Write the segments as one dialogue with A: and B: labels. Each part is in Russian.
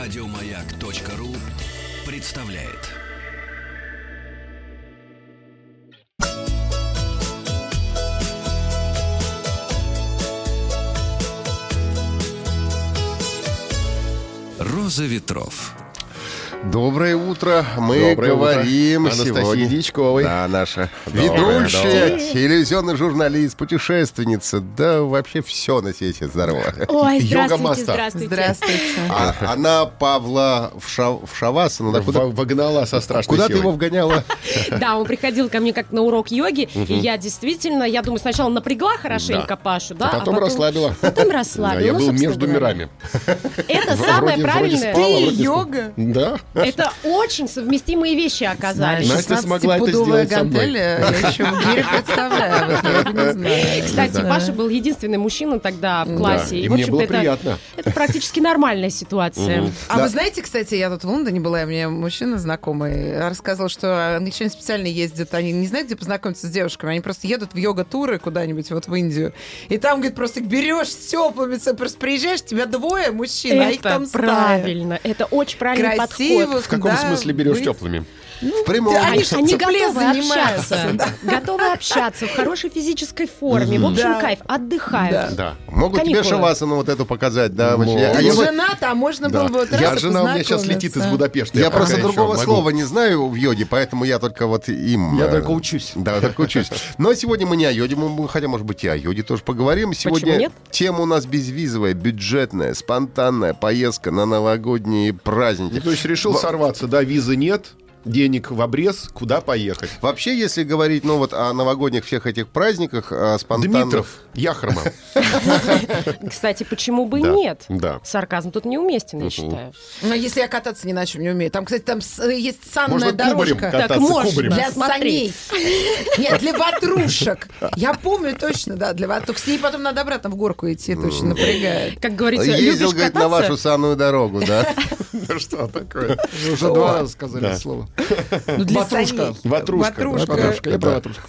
A: Радиомаяк.ру представляет. Роза ветров.
B: Доброе утро. Мы
C: Доброе утро.
B: говорим
C: Анастасии
B: сегодня.
C: Дичковой.
B: Да, наша
C: Доброе,
B: ведущая, телевизионный журналист, путешественница. Да вообще все на свете. Здорово.
D: Ой, здравствуйте,
C: Йога-мастер.
D: здравствуйте.
E: Здравствуйте.
B: А- она Павла в, Ша- в Шавас. она куда,
C: В- Вогнала со страшной
B: куда ты
C: силой.
B: его вгоняла?
D: Да, он приходил ко мне как на урок йоги, и я действительно, я думаю, сначала напрягла хорошенько Пашу, да,
C: А потом расслабила.
D: Потом
C: Да,
D: расслабила.
C: я
D: Ну,
C: был
D: собственно
C: между
D: говоря.
C: мирами.
D: Это
C: В-
D: самое
C: вроде- вроде
D: правильное.
C: спала,
E: Ты
C: вроде спала.
E: йога?
C: Да.
D: Это очень совместимые вещи оказались.
C: Знаешь, Настя смогла это
E: 16-пудовая
C: сделать со мной.
E: гантель, э, я еще в гире подставляю. вот я не знаю.
D: Кстати,
E: Да.
D: Паша был единственный мужчина тогда в классе.
C: и
D: в
C: мне
D: общем-то,
C: было
D: это-
C: приятно.
D: Это практически нормальная ситуация.
E: А вы знаете, кстати, я тут в Лондоне была, и мне мужчина знакомый рассказывал, что англичане специально ездят, они не знают, где познакомиться с девушками, они просто едут в йога-туры куда-нибудь, вот в Индию, и там, говорит, просто берешь с теплыми, ц- просто приезжаешь, тебя двое мужчин, а их
D: Это
E: там стая.
D: правильно. Это очень правильный
E: Красиво,
D: подход.
C: В каком
E: да,
C: смысле берешь
E: быть.
C: теплыми?
B: В прямом.
E: да,
D: Они,
E: Они ж
D: они
E: в тепле
D: готовы
E: занимаются,
D: общаться, готовы общаться в хорошей физической форме. В общем,
E: Да.
D: кайф, отдыхают.
C: Да.
B: Могут тебе
D: Каникулы.
B: Шавасану вот эту показать, да?
C: Могут.
B: вообще. А
E: Ты
B: я вот-
E: жена, там можно было бы вот
C: Я
E: раз и
C: жена у меня сейчас
E: познакомиться.
C: летит из Будапешта.
B: Я
C: пока
B: просто
C: еще
B: другого
C: могу.
B: слова не знаю в йоге, поэтому я только вот им...
C: Я
B: э,
C: только учусь.
B: Да, только учусь. Но сегодня мы не о йоде, мы- мы- хотя, может быть, и о йоде тоже поговорим. Сегодня
D: нет?
B: тема у нас безвизовая, бюджетная, спонтанная поездка на новогодние праздники.
C: Ну, То есть решил сорваться, да, визы нет, денег в обрез, куда поехать?
B: Вообще, если говорить, ну вот о новогодних всех этих праздниках, о спонтанных...
C: Дмитров, Яхрома.
D: Кстати, почему бы и
C: Да,
D: нет?
C: да.
D: Сарказм тут неуместен, я считаю.
E: Но Ну, если я кататься не на чем не умею. Там, кстати, там с- э, есть санная
C: Можно кубарем
E: дорожка.
C: кататься,
D: можно.
C: кубарем.
E: Для
D: Смотри.
E: саней. Нет, для ватрушек. Я помню точно, да, для ватрушек. С ней потом надо обратно в горку идти, это очень напрягает.
D: Как говорится,
B: Ездил,
D: любишь
B: говорит, на
D: кататься?
B: вашу санную дорогу, да?
C: Да Что такое?
F: Вы уже два раза сказали это слово.
E: Ну, для
F: Ватрушка.
E: саней.
C: Ватрушка.
E: Ватрушка.
F: Ватрушка, я про ватрушку.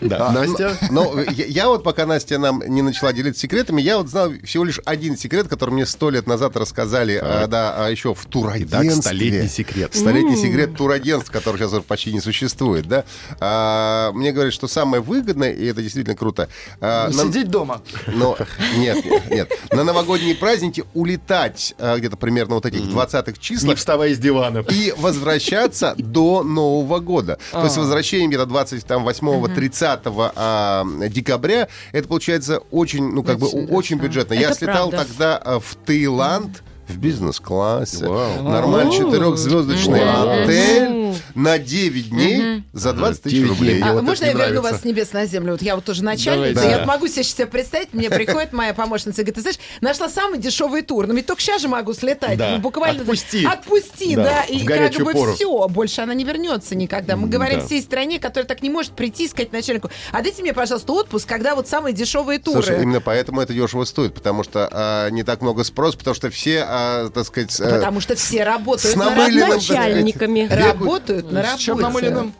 C: Да. А, Ну, Настя?
B: Но но я, я вот, пока Настя нам не начала делиться секретами, я вот знал всего лишь один секрет, который мне сто лет назад рассказали, а, да, а еще в турагентстве.
C: Итак, столетний секрет.
B: Столетний секрет турагентств, который сейчас уже почти не существует, да. А, мне говорят, что самое выгодное, и это действительно круто, а, на-
F: Сидеть дома.
B: но нет, нет, нет. На новогодние праздники улетать а, где-то примерно вот этих 20-х
C: Не
B: числах
C: вставай из дивана.
B: и возвращаться до Нового года. То
E: А.
B: есть возвращение где-то 28-30 а, декабря, это получается очень, ну как бы
E: Очень,
B: очень бюджетно. Я
D: Это
B: слетал
D: правда.
B: тогда а, в Таиланд. В бизнес-классе.
C: Вау.
B: Нормальный четырехзвездочный
C: Вау.
B: отель на 9 дней за 20 тысяч
C: Девять
B: рублей.
C: дней.
B: Мне
E: А
B: вот это
E: можно
B: не
E: я верну
B: нравится.
E: вас с небес на землю? Вот я вот тоже начальница,
C: Давайте.
E: я
C: Да.
E: вот могу себе сейчас представить, мне приходит моя помощница и говорит, ты знаешь, нашла самый дешевый тур, но ведь только сейчас же могу слетать.
C: Да.
E: Ну, буквально
C: Отпусти.
E: Отпусти,
C: Да,
E: да.
C: в
E: И как
C: горячую
E: бы
C: пору.
E: все, больше она не вернется никогда. Мы говорим
C: да.
E: всей стране, которая так не может прийти и сказать начальнику, а дайте мне, пожалуйста, отпуск, когда вот самые дешевые туры.
B: Слушай, именно поэтому это дешево стоит, потому что а, не так много спрос, потому что все, а, так сказать, э,
E: Потому что все работают на
B: намыленным,
E: работе.
C: э,
B: так сказать,
D: Начальниками.
E: Работают на
F: С чем
E: работе.
F: намыленным?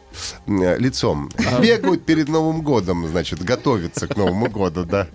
B: э, лицом бегают перед Новым годом, значит, готовятся к Новому году, да.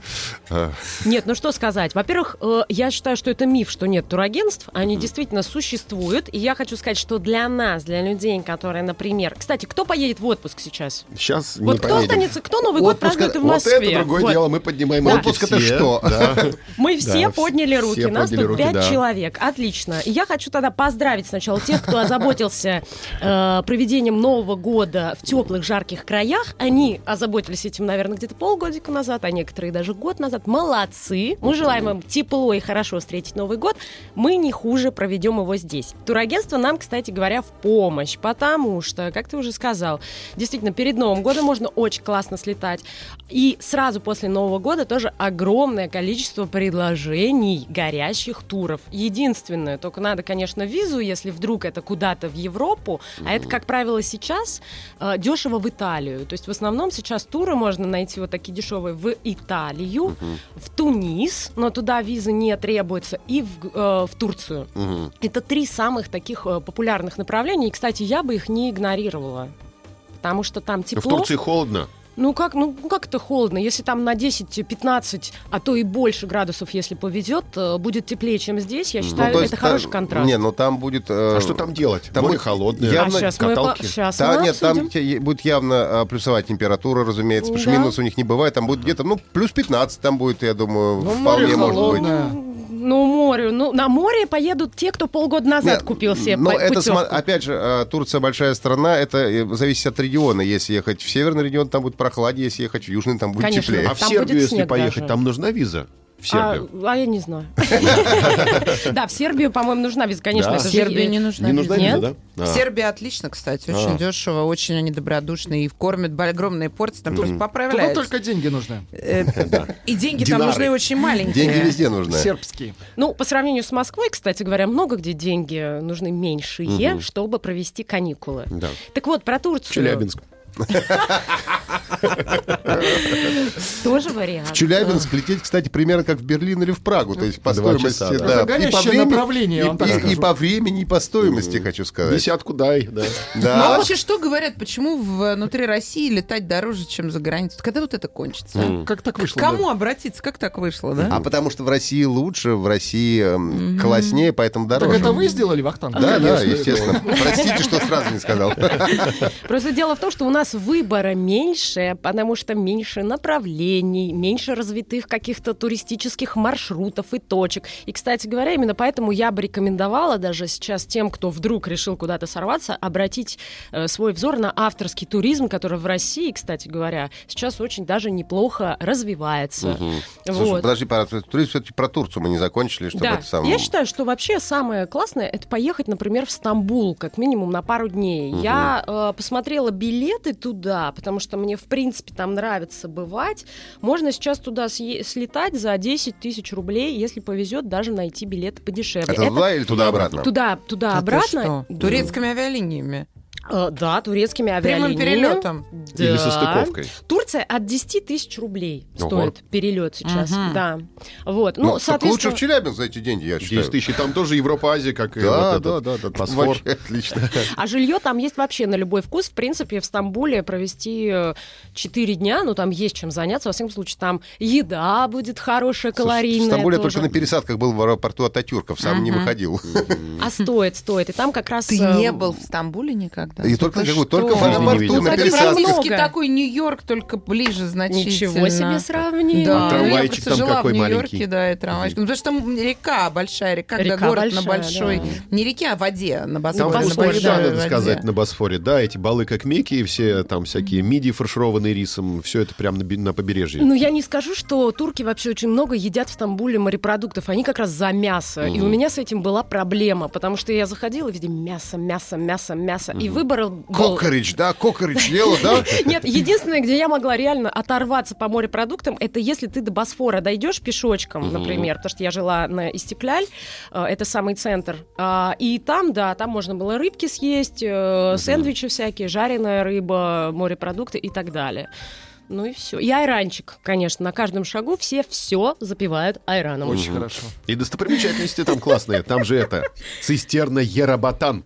B: Э,
D: Нет, ну что сказать. Во-первых, э, я считаю, что это миф, что нет турагентств. Они действительно существуют. И я хочу сказать, что для нас, для людей, которые, например... Кстати, кто поедет в отпуск сейчас?
C: Сейчас не
D: вот кто
C: поедем.
D: останется, кто Новый год
B: Отпуск-
D: празднует и в
C: Вот
D: Москве?
C: это другое
D: Вот.
C: дело, мы поднимаем
B: Да.
C: руки
B: Отпуск это
C: все,
B: что?
C: да.
D: Мы все
C: Да,
D: подняли
C: все
D: руки. Нас
C: подняли
D: тут
C: руки,
D: пять
C: да.
D: человек. Отлично. И я хочу тогда поздравить сначала тех, кто озаботился э, проведением Нового года в теплых, жарких краях. Они озаботились этим, наверное, где-то полгодика назад, а некоторые даже год назад. Молодцы. Мы желаем им тепло и хорошо встретить Новый год. Мы не хуже проведем его здесь. Турагентство нам, кстати говоря, в помощь, потому что, как ты уже сказал, действительно, перед Новым годом можно очень классно слетать. И сразу после Нового года тоже огромное количество предложений горящих туров. Единственное, только надо, конечно, визу, если вдруг это куда-то в Европу, а это, как правило, сейчас э, дешево в Италию. То есть в основном сейчас туры можно найти вот такие дешевые в Италию, в Тунис, но туда визы не требуется, и в, э, в Турцию.
B: мгм.
D: Это три самых таких э, популярных направления. И, кстати, я бы их не игнорировала. Потому что там
C: В
D: тепло.
C: Турции холодно.
D: Ну как, ну как это холодно? Если там на 10-15, а то и больше градусов, если повезет, э, будет теплее, чем здесь. Я считаю,
B: Ну то есть
D: А, это
B: та-
D: хороший контраст.
B: Не, ну там будет... э,
C: А что там делать?
B: Там
C: Море
B: будет-
C: холодное,
B: я-
D: а
B: явно
D: сейчас мы, по-
C: каталки.
D: щас
B: Та-
D: мы
B: нет, там
D: обсудим.
B: те- е- будет явно а, плюсовая температура, разумеется, потому что
D: Да.
B: минус у них не бывает. Там будет где-то, ну, плюс 15 там будет, я думаю,
F: Ну, море
B: вполне может быть.
F: холодное.
D: Ну, море. Ну, на море поедут те, кто полгода назад
B: Не,
D: купил себе
B: Но
D: по-
B: это, смо-
D: путевку.
B: опять же, э, Турция большая страна, это э, зависит от региона. Если ехать в северный регион, там будет прохладнее, если ехать в южный, там будет
D: Конечно.
B: теплее.
C: А
D: Там
C: в
D: будет
C: Сербию, если
D: снег
C: поехать,
D: даже.
C: там нужна виза? В
D: А,
C: Сербию.
D: а я не знаю. Да, в Сербию, по-моему, нужна виза, конечно.
C: Да.
D: это же-
E: Сербии не нужна.
C: Не нужна
E: виза.
D: Нет?
C: виза, да?
E: В
C: А.
E: Сербии отлично, кстати, очень
C: А.
E: дешево, очень они добродушные и кормят бо- огромные порции, там просто
F: Туда
E: поправляют.
F: только деньги нужны.
E: Э, И деньги там
C: Динары.
E: нужны очень маленькие.
D: Э,
B: Деньги везде нужны.
F: Сербские.
D: Ну, по сравнению с Москвой, кстати говоря, много где деньги нужны меньшие, чтобы провести каникулы.
C: Да.
D: Так вот, про Турцию.
C: Челябинск.
D: Тоже вариант.
B: В Челябинск лететь, кстати, примерно как в Берлин или в Прагу, то есть по
C: Два
B: стоимости.
C: часа, да.
B: да.
F: Горящее направление, я вам так
B: и- и
F: скажу.
B: по времени, и по стоимости, хочу сказать.
C: Э, Десятку дай, да.
E: Ну, а
B: Да.
E: вообще, что говорят, почему внутри России летать дороже, чем за границу? Когда вот это кончится? а?
F: Как так
E: К
F: вышло?
E: кому обратиться? Как так вышло, да?
B: Ну, А потому что в России лучше, в России эм, класснее, поэтому
F: да?
B: дороже.
F: Так это вы сделали, Вахтанг?
B: Да, да,
F: Конечно,
B: естественно. Простите, что сразу не сказал.
D: Просто дело в том, что у нас выбора меньше, потому что меньше направлений, меньше развитых каких-то туристических маршрутов и точек. И, кстати говоря, именно поэтому я бы рекомендовала даже сейчас тем, кто вдруг решил куда-то сорваться, обратить э, свой взор на авторский туризм, который в России, кстати говоря, сейчас очень даже неплохо развивается.
B: Слушай,
D: Вот.
B: подожди, пора- Турист все-таки про Турцию мы не закончили, чтобы
D: Да,
B: это сам.
D: я считаю, что вообще самое классное это поехать, например, в Стамбул, как минимум на пару дней. Я э, посмотрела билеты туда, потому что мне, в принципе, там нравится бывать. Можно сейчас туда съе- слетать за 10 тысяч рублей, если повезет, даже найти билеты подешевле.
B: Это туда или туда-обратно?
D: туда,
E: Да
D: туда,
E: А ты
D: обратно.
E: что? Турецкими авиалиниями.
D: Э, да, турецкими
E: Прямым
D: авиалиниями.
E: перелетом.
D: Да.
C: Или со стыковкой.
D: Турция от 10 тысяч рублей
C: Ого.
D: стоит перелет сейчас.
E: Мгм.
D: Да. Вот. Ну,
B: Ну, так
D: соответственно...
B: лучше в Челябинск за эти деньги, я считаю.
C: 10 тысяч. И Там тоже Европа-Азия, как и
B: Да,
C: вот
B: да,
C: этот
B: да, да.
C: Босфор.
B: Вообще Отлично.
D: А жилье там есть вообще на любой вкус. В принципе, в Стамбуле провести 4 дня, ну там есть чем заняться. Во всяком случае, там еда будет хорошая,
B: Слушай, В
D: калорийная.
B: Стамбуле я
D: тоже.
B: только на пересадках был в аэропорту Ататюрков, сам не
E: Мгм.
B: выходил.
D: А стоит, стоит. И там как раз...
E: Ты
D: э,
E: не был в Стамбуле никогда?
B: И только,
E: Ты
B: как бы, только в
D: что?
C: Жизни не
B: аэропорту
C: видел.
B: на
E: Ну, как
B: пересадках.
E: практически
D: Много.
E: такой Нью-Йорк, только ближе значительно.
D: Ничего себе сравнение.
E: Да,
C: А
E: ну, я
C: трамвайчик
E: просто
C: там
E: жила
C: какой
E: в Нью-Йорке,
C: маленький.
E: да, и трамвайчик. Ну, потому что там река большая, река, когда
D: Река
E: город на
D: большая,
E: большой... Не реке, а воде, на Босфоре.
C: Там
E: на
D: Босфор,
C: вкусно,
E: большой
D: да,
C: надо
E: воде.
C: сказать, на Босфоре. Да, эти балы как меки, и все там всякие мидии, фаршированные рисом. Все это прямо на, би- на побережье.
D: Ну, я не скажу, что турки вообще очень много едят в Стамбуле морепродуктов. Они как раз за мясо. И у меня с этим была проблема, потому что я заходила, везде мясо, мясо, мясо, мясо. И выбор был...
B: Кокорич, да, кокорич ела, да?
D: Нет, единственное, где я могла реально оторваться по морепродуктам, это если ты до Босфора дойдешь пешочком, например, потому что я жила на Истекляль, э, это самый центр, А, и там, да, там можно было рыбки съесть, э, сэндвичи всякие, жареная рыба, морепродукты и так далее. Ну и все. И айранчик, конечно, на каждом шагу все все запивают айраном.
F: Очень хорошо.
C: И достопримечательности там классные. Там же это, цистерна Ерабатан.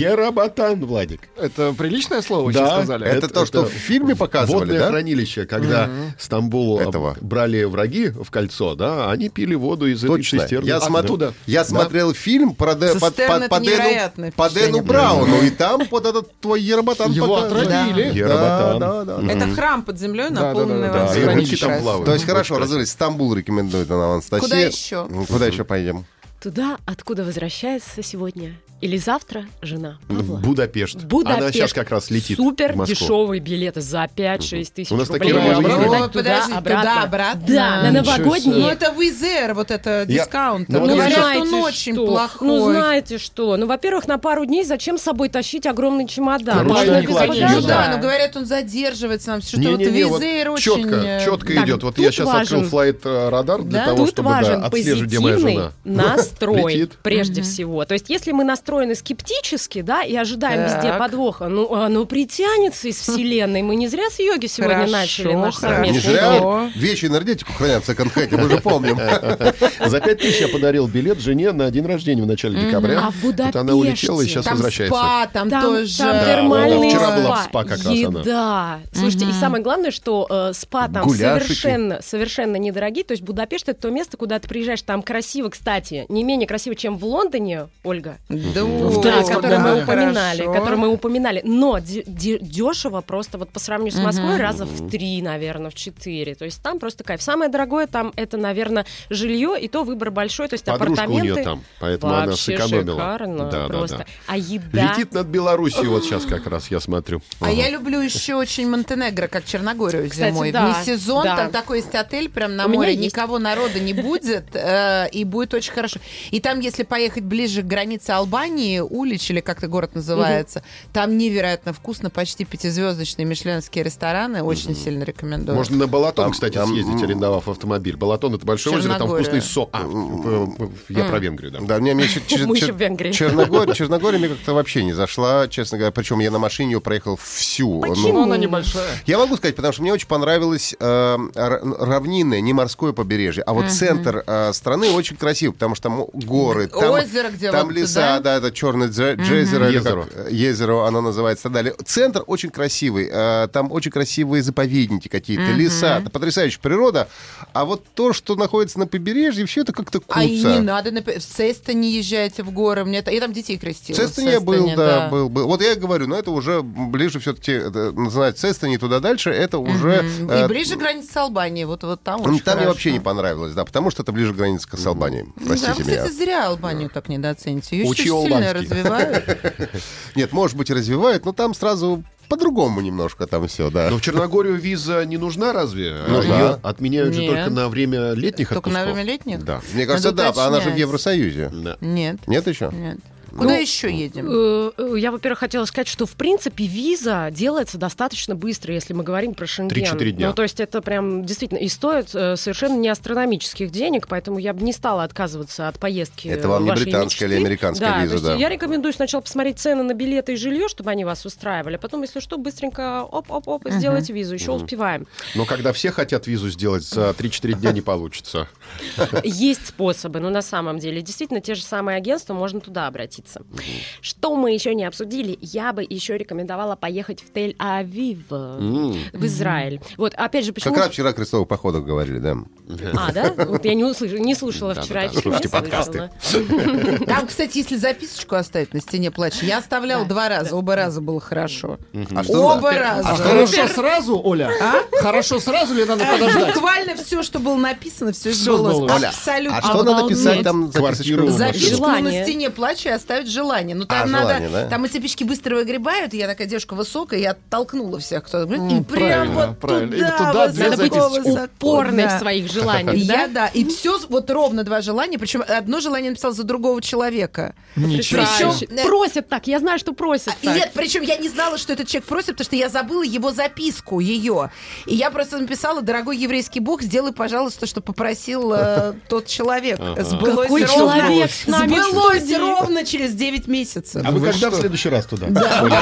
C: Ерабатан, Владик.
F: Это приличное слово вы сейчас сказали?
B: это то, что в фильме показывали,
C: Водное
B: да?
C: хранилище, когда Стамбул э,
B: Этого.
C: брали враги в кольцо, да, они пили воду из этой
B: Точно.
C: цистерны.
B: Я,
C: Да.
B: смо-
F: Оттуда.
B: я смотрел фильм про Дэ- по,
E: Цистерна
B: по-
E: это
B: по Дэну,
E: невероятное
B: по
E: впечатление
B: Дэну Брауну, и там вот этот твой Ербатан
F: Его отравили.
B: Да,
C: Ербатан.
B: да, да.
E: Это храм под землей,
F: Да-да-да-да.
E: наполненный
F: Да,
C: Да, и
E: водой.
C: рыбки там
F: Хранилище.
C: плавают.
B: То есть хорошо, разрылись. Стамбул рекомендует она Анастасия.
E: Куда еще?
B: Ну, Куда еще поедем?
D: Туда, откуда возвращается сегодня или завтра жена Павла.
C: Будапешт. Она сейчас как раз летит
D: Супер
C: в Москву.
D: дешевые билеты за 5-6 тысяч
C: У нас такие
D: рублей.
C: можно
D: Можно
C: купить.
D: летать
E: Подожди, туда-обратно?
D: ну, Да, на
F: Ничего
E: Ну,
D: новогодние.
E: это Wizz Air, вот это
C: Я-
E: дискаунт.
C: Ну, вот
D: Ну,
E: Говорят,
C: я-
E: что он
D: знаете
E: очень
D: что?
E: плохой.
D: Ну, знаете что? Ну, во-первых, на пару дней зачем с собой тащить огромный чемодан?
C: Ручной
D: Можно без
C: кладь
D: багажа.
E: Ну
C: её,
E: да, но говорят, он задерживается нам, что вот
C: Не-не-не, вот
E: Wizz Air очень...
C: четко,
E: э,
C: четко
D: Так,
C: идет. Вот
D: тут
C: я сейчас открыл
D: важен-
C: флайт э, радар для
E: Да,
C: того,
D: Тут
C: чтобы да,
D: важен
C: отслеживать, где моя
D: позитивный
C: жена.
D: настрой,
C: Летит.
D: прежде всего. То есть, если мы настроены скептически, да, и ожидаем
E: Так.
D: везде подвоха, ну оно притянется из вселенной. Мы не зря с йоги сегодня
E: Хорошо,
D: начали наш
E: хорошо.
B: Не
D: совместный эфир.
B: зря вещи энергетику хранят в секонд-хенде, мы же помним.
C: За пять тысяч я подарил билет жене на день рождения в начале декабря.
D: А в
C: Вот она улетела и
D: Будапеште
C: сейчас
E: Там
C: возвращается.
E: спа, там,
D: Там,
E: тоже...
D: там
C: Да,
D: термальные
C: она Ну, вчера
D: спа,
C: была в спа как раз она.
D: еда. Слушайте, и самое главное, что э, спа там
B: Гуляшики.
D: совершенно, совершенно недорогие. То есть Будапешт это то место, куда ты приезжаешь, там красиво, кстати, не менее красиво, чем в Лондоне, Ольга,
E: Да,
F: В
D: да,
F: Турции,
D: который
F: да.
D: мы упоминали,
E: Хорошо.
D: который мы упоминали. Но де- де- дешево просто вот по сравнению с Москвой раза в три, наверное, в четыре. То есть там просто кайф. Самое дорогое там это, наверное, жилье и то выбор большой, то есть
C: Подружка у
D: апартаменты.
C: нее там, поэтому она
D: Вообще
C: сэкономила.
D: шикарно
C: Да, да,
D: просто.
C: да.
D: А еда.
C: Летит над Белоруссией вот сейчас как раз, я смотрю.
E: А
C: Ага.
E: я люблю еще очень Монтенегро, как Черногорию
D: Кстати,
E: зимой.
D: да,
E: Не сезон,
D: да.
E: там такой есть отель прям на
D: У меня
E: море,
D: есть.
E: никого народа не будет, э, и будет очень хорошо. И там, если поехать ближе к границе Албании, Улич, или как-то город называется, там невероятно вкусно, почти пятизвездочные мишленские рестораны, очень сильно рекомендую.
C: Можно на Балатон,
B: Там-
C: кстати,
B: там,
C: съездить,
B: м,
C: арендовав автомобиль. Балатон — это большое озеро, там
E: Черногория.
C: вкусный сок. А, э, э, я про Венгрию, да.
B: Да, мне, мне чер- чер-
D: Мы еще
B: чер-
D: в Венгрии.
B: Черногор- Черногория мне как-то вообще не зашла, честно говоря. Причем я на машине ее проехал всю. Ну,
F: Но она небольшая.
B: Я могу сказать, потому что мне очень понравилось э, ра- равнинное, не морское побережье, а вот центр э, страны очень красив, потому что там горы, там,
E: Озеро, где
B: там
E: вот,
B: леса,
E: да?
B: да, это черное дже- джезеро, или
C: Езеро.
B: как, э, езеро оно называется, и так далее. Центр очень красивый, э, там очень красивые заповедники какие-то, леса, это потрясающая природа, а вот то, что находится на побережье, все это как-то
E: А и не
B: куца.
E: надо, напи- в Сесто не езжайте в горы, мне та- я там детей крестила.
B: В
E: в
B: Цестоне я был,
E: Сестоне,
B: да, был, был. Вот я и говорю, но это уже ближе все-таки, называется Цестоне, туда дальше, это уже...
E: Мгм.
B: э,
E: И ближе к границе с Албанией, вот, вот там
B: Ну,
E: очень
B: Там мне
E: хорошо.
B: вообще не понравилось, да, потому что это ближе к границе к Албании.
E: Ну Да,
B: Простите
E: вы,
B: меня.
E: кстати, зря Албанию так недооцените. Ее
C: Учи
E: очень сильно
C: албанский.
E: развивают.
B: Нет, может быть, и развивают, но там сразу по-другому немножко там все, да.
C: Но в Черногорию виза не нужна разве?
B: Нужна.
C: Ее отменяют же
E: Нет.
C: только на время летних
E: Только
C: отпусков.
E: на время летних?
C: Да.
B: Мне кажется,
E: Надо
B: да, а она же в
E: уточнять.
B: Евросоюзе. Ну,
C: Да.
E: Нет,
B: Нет еще?
E: нет. Куда еще едем?
D: Э, э, Я, во-первых, хотела сказать, что, в принципе, виза делается достаточно быстро, если мы говорим про Шенген.
C: 3-4 дня.
D: Ну, то есть это прям действительно... И стоит э, совершенно не астрономических денег, поэтому я бы не стала отказываться от поездки
B: Это вам
D: э,
B: не
D: вашей
B: британская
D: мечты.
B: или американская
D: да,
B: виза,
D: то есть
B: да.
D: Я рекомендую сначала посмотреть цены на билеты и жилье, чтобы они вас устраивали. Потом, если что, быстренько оп-оп-оп, и сделайте визу. Еще успеваем.
C: Но когда все хотят визу сделать, за 3-4 дня не получится.
D: Есть способы, но на самом деле действительно те же самые агентства, можно туда обратиться. Что мы еще не обсудили, я бы еще рекомендовала поехать в Тель-Авив, э, в Израиль. Вот, опять же, почему...
B: Как раз вчера о крестовых походах говорили, да.
D: А, да? Вот я не, услыш- не слушала вчера.
C: Да-да-да, слушайте
D: эфир, не
C: подкасты.
D: слышала.
E: Там, кстати, если записочку оставить на стене плача, я оставляла два раза, оба раза было хорошо.
B: А что-
E: Оба
F: А
E: раза.
F: хорошо сразу, Оля?
E: А?
F: Хорошо сразу или
E: Э,
F: надо подождать?
E: Буквально все, что было написано, все
F: Всё
E: сбылось.
F: сбылось. Оля,
E: Абсолютно.
B: А что надо писать там?
C: Квартиру.
B: записочку?
C: За-
E: Записку
D: Желание.
E: на стене плача и оставить желание. Ну, там
B: А,
E: надо...
B: желание, да?
E: Там эти пички быстро выгребают, и я такая девушка высокая, я оттолкнула всех, кто... и прям
F: М, правильно,
E: вот
F: правильно. И
E: туда,
F: туда две
E: высоко,
F: записки.
E: высоко,
D: Упорной
E: да.
D: в своих желаниях,
E: Я,
D: да?
E: да, и все, вот ровно два желания, причем одно желание написал за другого человека.
F: Ничего.
E: Причём-
F: себе.
E: себе.
D: Просят так, я знаю, что просят
E: И
D: так.
E: Нет, причем я не знала, что этот человек просит, потому что я забыла его записку, ее. И я просто написала, дорогой еврейский бог, сделай, пожалуйста, что попросил э, тот человек. Сбылось
D: Какой
E: ровно-
D: человек с нами в
E: Сбылось
D: студии?
E: ровно через 9 месяцев.
C: А вы когда в следующий раз туда? Оля?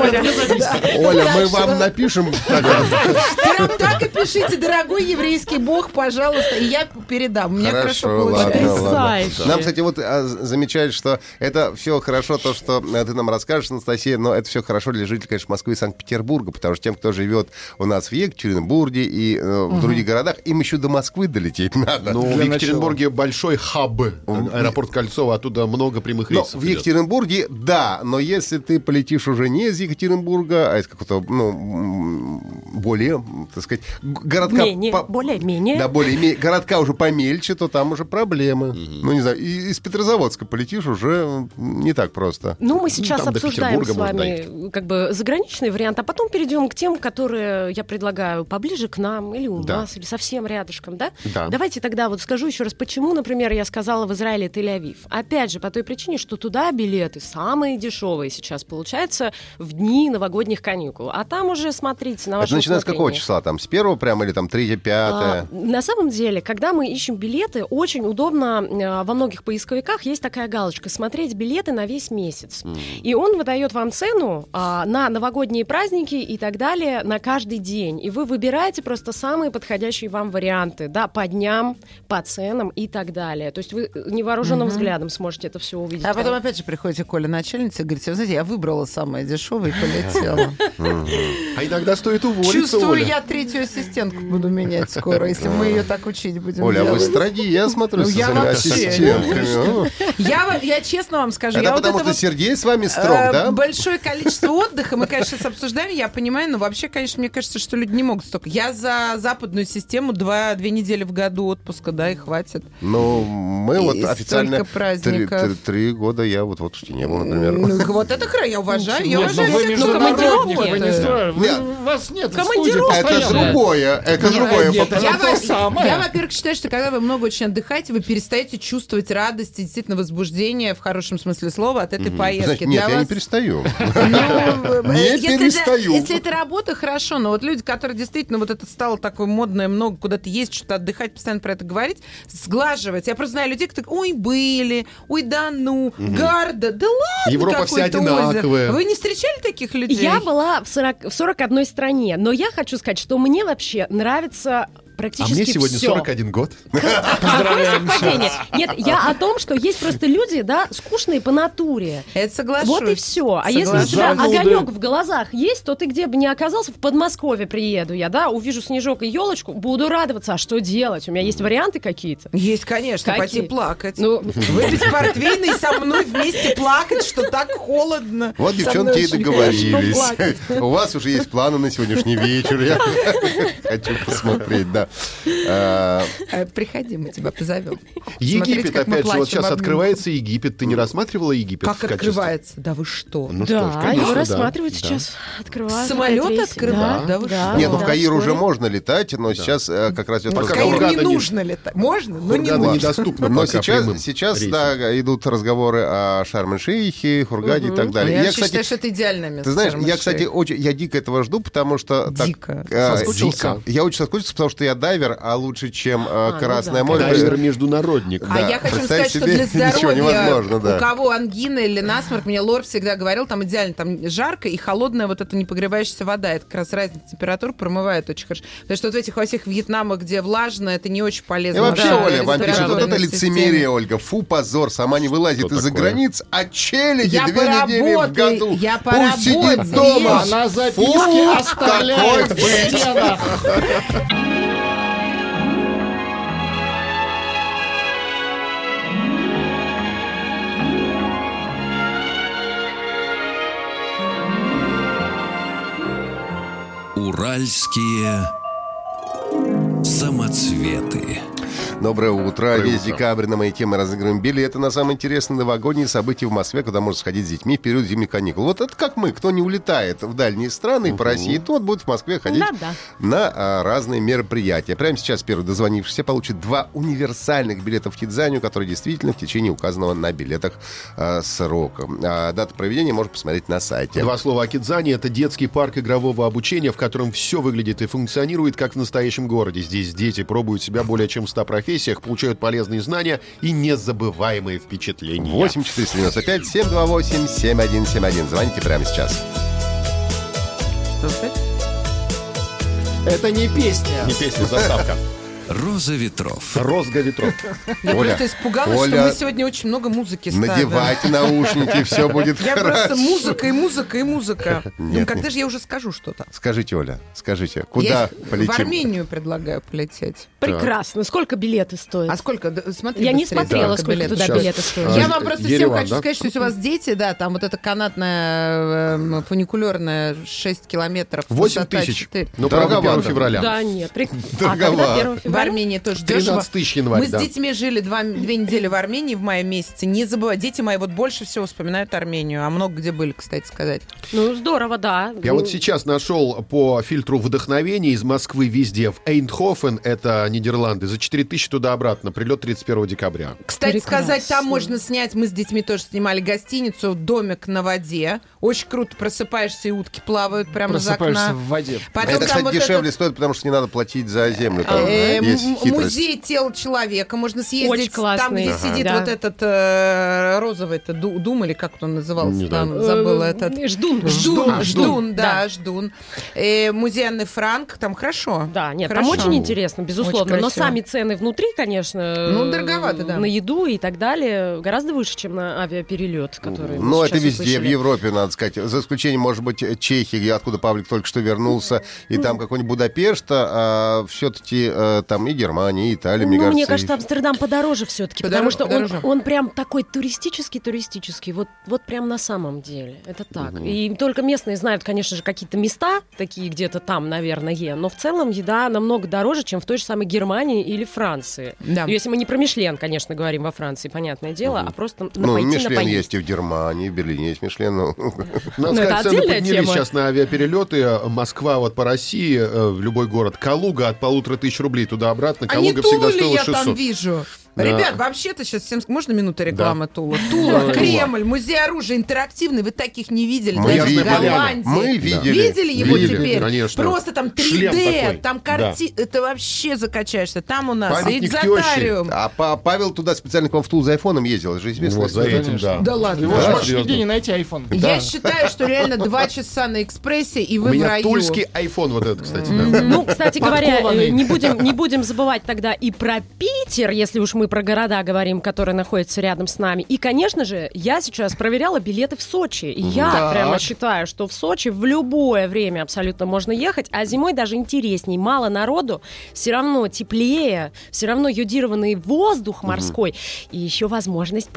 B: Оля, мы вам напишем.
E: Прям так и пишите, дорогой еврейский бог, пожалуйста, и я передам. У меня хорошо,
B: Хорошо, ладно,
E: получается.
B: ладно.
D: Потрясающе.
B: Нам, кстати, вот а, з- замечают, что это все хорошо, то, что э, ты нам расскажешь, Анастасия, но это все хорошо для жителей, конечно, Москвы и Санкт-Петербурга, потому что тем, кто живет у нас в Екатеринбурге и э, в других городах, им еще до Москвы долететь надо.
C: Ну, в
F: Для
C: Екатеринбурге большой хаб. э, Аэропорт Кольцова, оттуда много прямых
B: Но
C: рейсов
B: в
C: идет.
B: Екатеринбурге, да, но если ты полетишь уже не из Екатеринбурга, а из какого-то, ну, м, более, так сказать, г- городка...
D: Менее,
B: по-
D: более-менее.
B: Да, более ме- городка уже помельче, то там уже проблемы. Ну, не знаю, и- из Петрозаводска полетишь уже м, не так просто.
D: Ну, мы сейчас
C: там до
D: обсуждаем с
C: Петербурга можно
D: вами как бы заграничный вариант, а потом перейдем к тем, которые я предлагаю поближе к нам или у
C: Да.
D: нас, или совсем рядышком, да?
C: Да.
D: Давайте тогда вот скажу еще раз, почему, например, я сказала в Израиле Тель-Авив. Опять же, по той причине, что туда билеты самые дешевые сейчас получаются в дни новогодних каникул. А там уже, смотрите, на
B: Это
E: Ну,
D: ваши
B: начиная с какого
D: утренний.
B: числа? Там, с первого прямо или там третье,
D: А,
B: пятое?
D: На самом деле, когда мы ищем билеты, очень удобно э, во многих поисковиках есть такая галочка «Смотреть билеты на весь месяц». И он выдает вам цену а, на новогодние праздники и так далее на каждый день. И вы выбираете просто самые подходящие вам варианты, да, по дням, по ценам и так далее. То есть вы э, невооруженным взглядом сможете это все увидеть.
E: А потом опять же приходите к Коле начальнице и говорите, вы знаете, я выбрала самое дешевое и полетела.
C: А иногда стоит уволиться,
E: Чувствую,
C: Оля.
E: я третью ассистентку буду менять скоро, если мы ее так учить будем
B: Оля, а вы
E: делать.
B: строги, я смотрю,
E: Ну,
B: со
E: я
B: своими
E: вообще,
B: ассистентками. О.
E: Я, во- я честно вам скажу, я
B: Это
E: вот
B: потому,
E: это
B: что
E: вот
B: Сергей с вами
E: э,
B: строг, да?
E: большое количество отдыха, мы, конечно, сейчас обсуждаем, я понимаю, но вообще, конечно, мне кажется, что люди не могут столько. Я за западную систему два, две недели в году отпуска, да, и хватит.
B: Ну, мы
E: И
B: вот
E: столько
B: официально три-
E: праздников.
B: три три года я вот в отпуске не был, например.
E: Ну, вот это хра- я уважаю, я
F: Нет, ну
E: уважаю
F: вы
E: всех, кто
F: международник,
E: командировки.
F: вы не строили. Вы-
B: Нет.
F: Вас нет в студии
D: Командировка.
B: Это
F: постоянно.
B: другое, А, это другое.
F: нет,
B: потому-
F: Это
E: Я,
F: то
E: во-
F: самое.
E: я, во-первых, считаю, что когда вы много очень отдыхаете, вы перестаете чувствовать радость и действительно возбуждение в хорошем смысле слова от этой поездки.
B: Значит, нет,
E: Для
B: я не
E: вас-
C: А
B: перестаю.
E: Ну,
B: Не
E: если это-
B: перестаю.
E: Если это работа, хорошо, но вот люди, которые действительно вот это стало такое модное, много куда-то есть, что-то отдыхать, постоянно про это говорить, сглаживать. Я просто знаю людей, которые, ой, были, ой, да ну, гарда, да ладно,
C: Европа вся
E: какое-то озеро».
C: одинаковая.
E: Вы не встречали таких людей?
D: Я была в, 40, в 41 стране, но я хочу сказать, что мне вообще нравится
C: А
D: практически
C: мне сегодня
D: всё.
C: 41 год.
D: Какое А, совпадение? Нет, я о том, что есть просто люди, да, скучные по натуре.
E: Это соглашусь.
D: Вот и все. А если у
E: Соглашусь.
D: тебя
F: Зануды.
D: огонек в глазах есть, то ты где бы ни оказался, в Подмосковье приеду я, да, увижу снежок и елочку, буду радоваться. А что делать? У меня есть варианты какие-то.
E: Есть, конечно,
D: Какие?
E: пойти плакать.
D: Ну,
E: Выпить портвейн и со мной вместе плакать, что так холодно.
B: Вот
E: Со
B: девчонки
E: мной
B: и
E: очень
B: договорились. У вас уже есть планы на сегодняшний вечер. Я хочу посмотреть, да. А,
E: Э, Приходи, мы тебя позовем.
C: Египет, опять же, вот сейчас открывается Египет. Ты не рассматривала Египет? в
E: Как
C: качестве?
E: открывается? Да вы что?
C: Ну что ж,
D: да,
C: конечно,
D: его
C: да.
D: рассматривают
C: Да.
D: сейчас, открывают.
E: Самолеты
D: рейсы.
E: открывают? А, Да вы что?
B: Нет, ну в
D: да,
B: Каир уже
D: вскоре.
B: можно летать, но сейчас э, как раз идет
E: В
C: Пока
E: Каир
B: разговор.
C: Кургана
E: не
C: не-
E: нужно летать. Можно, но не
C: Кургана
E: нужно.
C: недоступно
B: Но
C: пока прямым
B: сейчас, сейчас
C: рейсом.
B: да, идут разговоры о Шарм-эль-Шейхе, Хургаде и так
E: Ну, Я,
B: далее. Я,
E: вообще
B: кстати,
E: считаю, что это идеальное место.
B: Ты знаешь,
E: Шарм-эль-Шейх.
B: я, кстати, очень, я дико этого жду, потому что... так,
E: Дико.
B: э,
C: Соскучился?
B: дико. Я очень соскучился, потому что я дайвер, а лучше, чем э,
D: ну
B: Красное
D: да.
B: море...
C: Дайвер международник.
E: А
B: Да,
E: я хочу вам
B: представить
E: сказать,
B: себе
E: что для
B: ничего невозможно,
E: здоровья,
B: да.
E: у кого ангина или насморк, мне лор всегда говорил, там идеально, там жарко и холодная вот эта непогревающаяся вода, это как раз разница температур промывает очень хорошо. Потому что вот в этих во всех Вьетнамах, где влажно, это не очень
B: И
E: полезно.
B: вообще,
E: Ну Да,
B: Оля, вам
E: респираторной
B: пишет, вот это
E: системе.
B: лицемерие, Ольга. Фу, позор, сама не вылазит
C: Что
B: из-за
C: такое?
B: границ, а челяди
E: Я
B: две недели в
E: поработаю,
B: году.
E: я
B: Пусть сидит
E: поработаю.
B: дома.
F: Она записки
B: Фу,
F: оставляет
B: какой
F: в стенах.
A: Уральские самоцветы.
B: Доброе утро.
C: Доброе
B: Весь
C: утро.
B: декабрь на маяке мы разыгрываем билеты на самые интересные новогодние события в Москве, куда можно сходить с детьми в период зимних каникул. Вот это как мы. Кто не улетает в дальние страны и по России, тот будет в Москве ходить
D: Да-да.
B: на а, разные мероприятия. Прямо сейчас первый дозвонившийся получит два универсальных билета в Кидзанию, которые действительно в течение указанного на билетах а, срока. А, дату проведения можно посмотреть на сайте.
C: Два слова о Кидзане. Это детский парк игрового обучения, в котором все выглядит и функционирует, как в настоящем городе. Здесь дети пробуют себя более чем в 100 профессиях, получают полезные знания и незабываемые впечатления.
B: 8 495 728 7171. Звоните прямо сейчас.
F: Это не песня.
C: Не песня, заставка.
A: Роза ветров.
C: Розга ветров.
E: Я
B: Оля,
E: просто испугалась,
B: Оля,
E: что мы сегодня очень много музыки ставим.
B: Надевайте наушники, все будет
E: Я
B: хорошо.
E: просто музыка и музыка и музыка. Ну,
B: Нет,
E: когда же я уже скажу что-то?
B: Скажите, Оля, скажите, куда
E: я
B: полетим?
E: В Армению предлагаю полететь.
D: Прекрасно. Сколько билеты стоят?
E: А сколько? Да, Смотри,
D: Я не
E: быстрее.
D: смотрела, сколько
E: билетов?
D: туда
C: Сейчас.
D: билеты стоят.
C: А,
E: Я вам просто всем
C: Ереван,
E: хочу
C: да?
E: сказать, что если у вас дети, да, там вот эта канатная эм, фуникулерная 6 километров.
C: 8
E: высота
C: тысяч.
E: 4.
C: Но Ну, правда 1
B: Дороговато.
C: февраля.
D: Да, нет. прик- А когда
B: Дороговато.
D: 1
E: В
D: февраля?
E: Армении тоже
C: 13
E: дешево.
C: Ну, тысяч январь,
E: Мы с
C: да.
E: детьми жили два, две недели в Армении в мае месяце. Не забывай, дети мои вот больше всего вспоминают Армению. А много где были, кстати сказать.
D: Ну, здорово, да.
C: Я
D: Ну,
C: вот сейчас нашел по фильтру вдохновения из Москвы везде. В Эйнхофен, это Нидерланды, за 4 тысячи туда-обратно. Прилет 31 декабря.
E: Кстати
D: Прекрасно.
E: сказать, там можно снять, мы с детьми тоже снимали гостиницу, домик на воде. Очень круто просыпаешься, и утки плавают прямо за
F: Просыпаешься
E: окна.
F: в воде.
E: Потом
B: Это,
E: Ну, там
B: кстати,
E: вот
B: дешевле
E: этот,
B: стоит, потому что не надо платить за землю. Там
E: э, м-
B: есть хитрость.
E: музей тел человека можно съездить.
D: Очень
E: Там,
D: классный,
E: где
D: Ага.
E: сидит
D: да.
E: вот этот э, розовый-то ду- дум, или как он назывался, там забыла
D: Э,
E: этот.
D: Ждун.
E: Ждун, ждун, да,
D: Да.
E: ждун. Э, музей Анны Франк, там хорошо.
D: Да, нет,
E: Хорошо.
D: там очень интересно, безусловно.
E: Очень
D: но
E: красиво.
D: сами цены внутри, конечно,
E: Ну,
D: э,
E: дороговато, да.
D: на еду и так далее, гораздо выше, чем на авиаперелет, который мы
B: Но Ну, это
D: сейчас
B: везде, в
D: услышали.
B: Европе, надо сказать. За исключением, может быть, Чехии, где- откуда Павлик только что вернулся, и там
E: Ну.
B: какой-нибудь Будапешт, а все-таки э, там и Германия, и Италия, мне
D: ну,
B: кажется.
D: мне кажется,
B: и-
D: Амстердам подороже все-таки, потому
E: Подороже,
D: что он-
E: подороже.
D: он, прям такой туристический-туристический, вот, вот прям на самом деле, это так. И только местные знают, конечно же, какие-то места, такие где-то там, наверное, но в целом еда намного дороже, чем в той же самой Германии или Франции. Ну,
E: Да.
D: Если мы не про Мишлен, конечно, говорим во Франции, понятное дело, а просто на
B: Ну,
D: пойти на
B: Мишлен
D: поесть.
B: есть и в Германии, в Берлине есть Мишлен. ну.
C: Надо
D: Ну,
C: сказать,
D: это
C: цены
D: отдельная
C: поднялись
D: тема.
C: сейчас на авиаперелеты. Москва вот по России, э, в любой город. Калуга от полутора тысяч рублей туда-обратно.
E: А не
C: Калуга
E: Тулу
C: всегда
E: ли
C: стоила
E: я
C: 600.
E: там вижу?
C: Да.
E: Ребят, вообще-то сейчас всем... Можно минута рекламы Тула? Тула, Кремль, музей оружия, интерактивный. Вы таких не видели
C: Ну,
B: Мы
E: даже в
B: видели.
E: Голландии.
B: Мы видели.
E: Видели его
C: Видели,
E: теперь?
C: конечно.
E: Просто там
C: Шлем
E: 3D,
C: такой.
E: там карти... Это вообще закачаешься. Там у нас
C: Памятник
E: экзотариум.
B: А Па- Павел туда специально к вам в Тул за айфоном ездил, это же известно.
C: Вот за этим,
F: конечно.
C: да.
E: Да ладно.
F: Его
C: Да,
F: же можешь
C: серьезно.
F: нигде не найти iPhone.
E: Я считаю, что реально два часа на экспрессе, и
C: У
E: вы в
C: меня
E: раю.
C: тульский айфон вот этот, кстати. да.
D: Ну, кстати говоря,
F: Подкованный.
D: э, не будем, не будем забывать тогда и про Питер, если уж мы про города говорим, которые находятся рядом с нами. И, конечно же, я сейчас проверяла билеты в Сочи. И я
F: Так.
D: прямо считаю, что в Сочи в любое время абсолютно можно ехать, а зимой даже интересней. Мало народу, все равно теплее, все равно йодированный воздух морской и еще возможность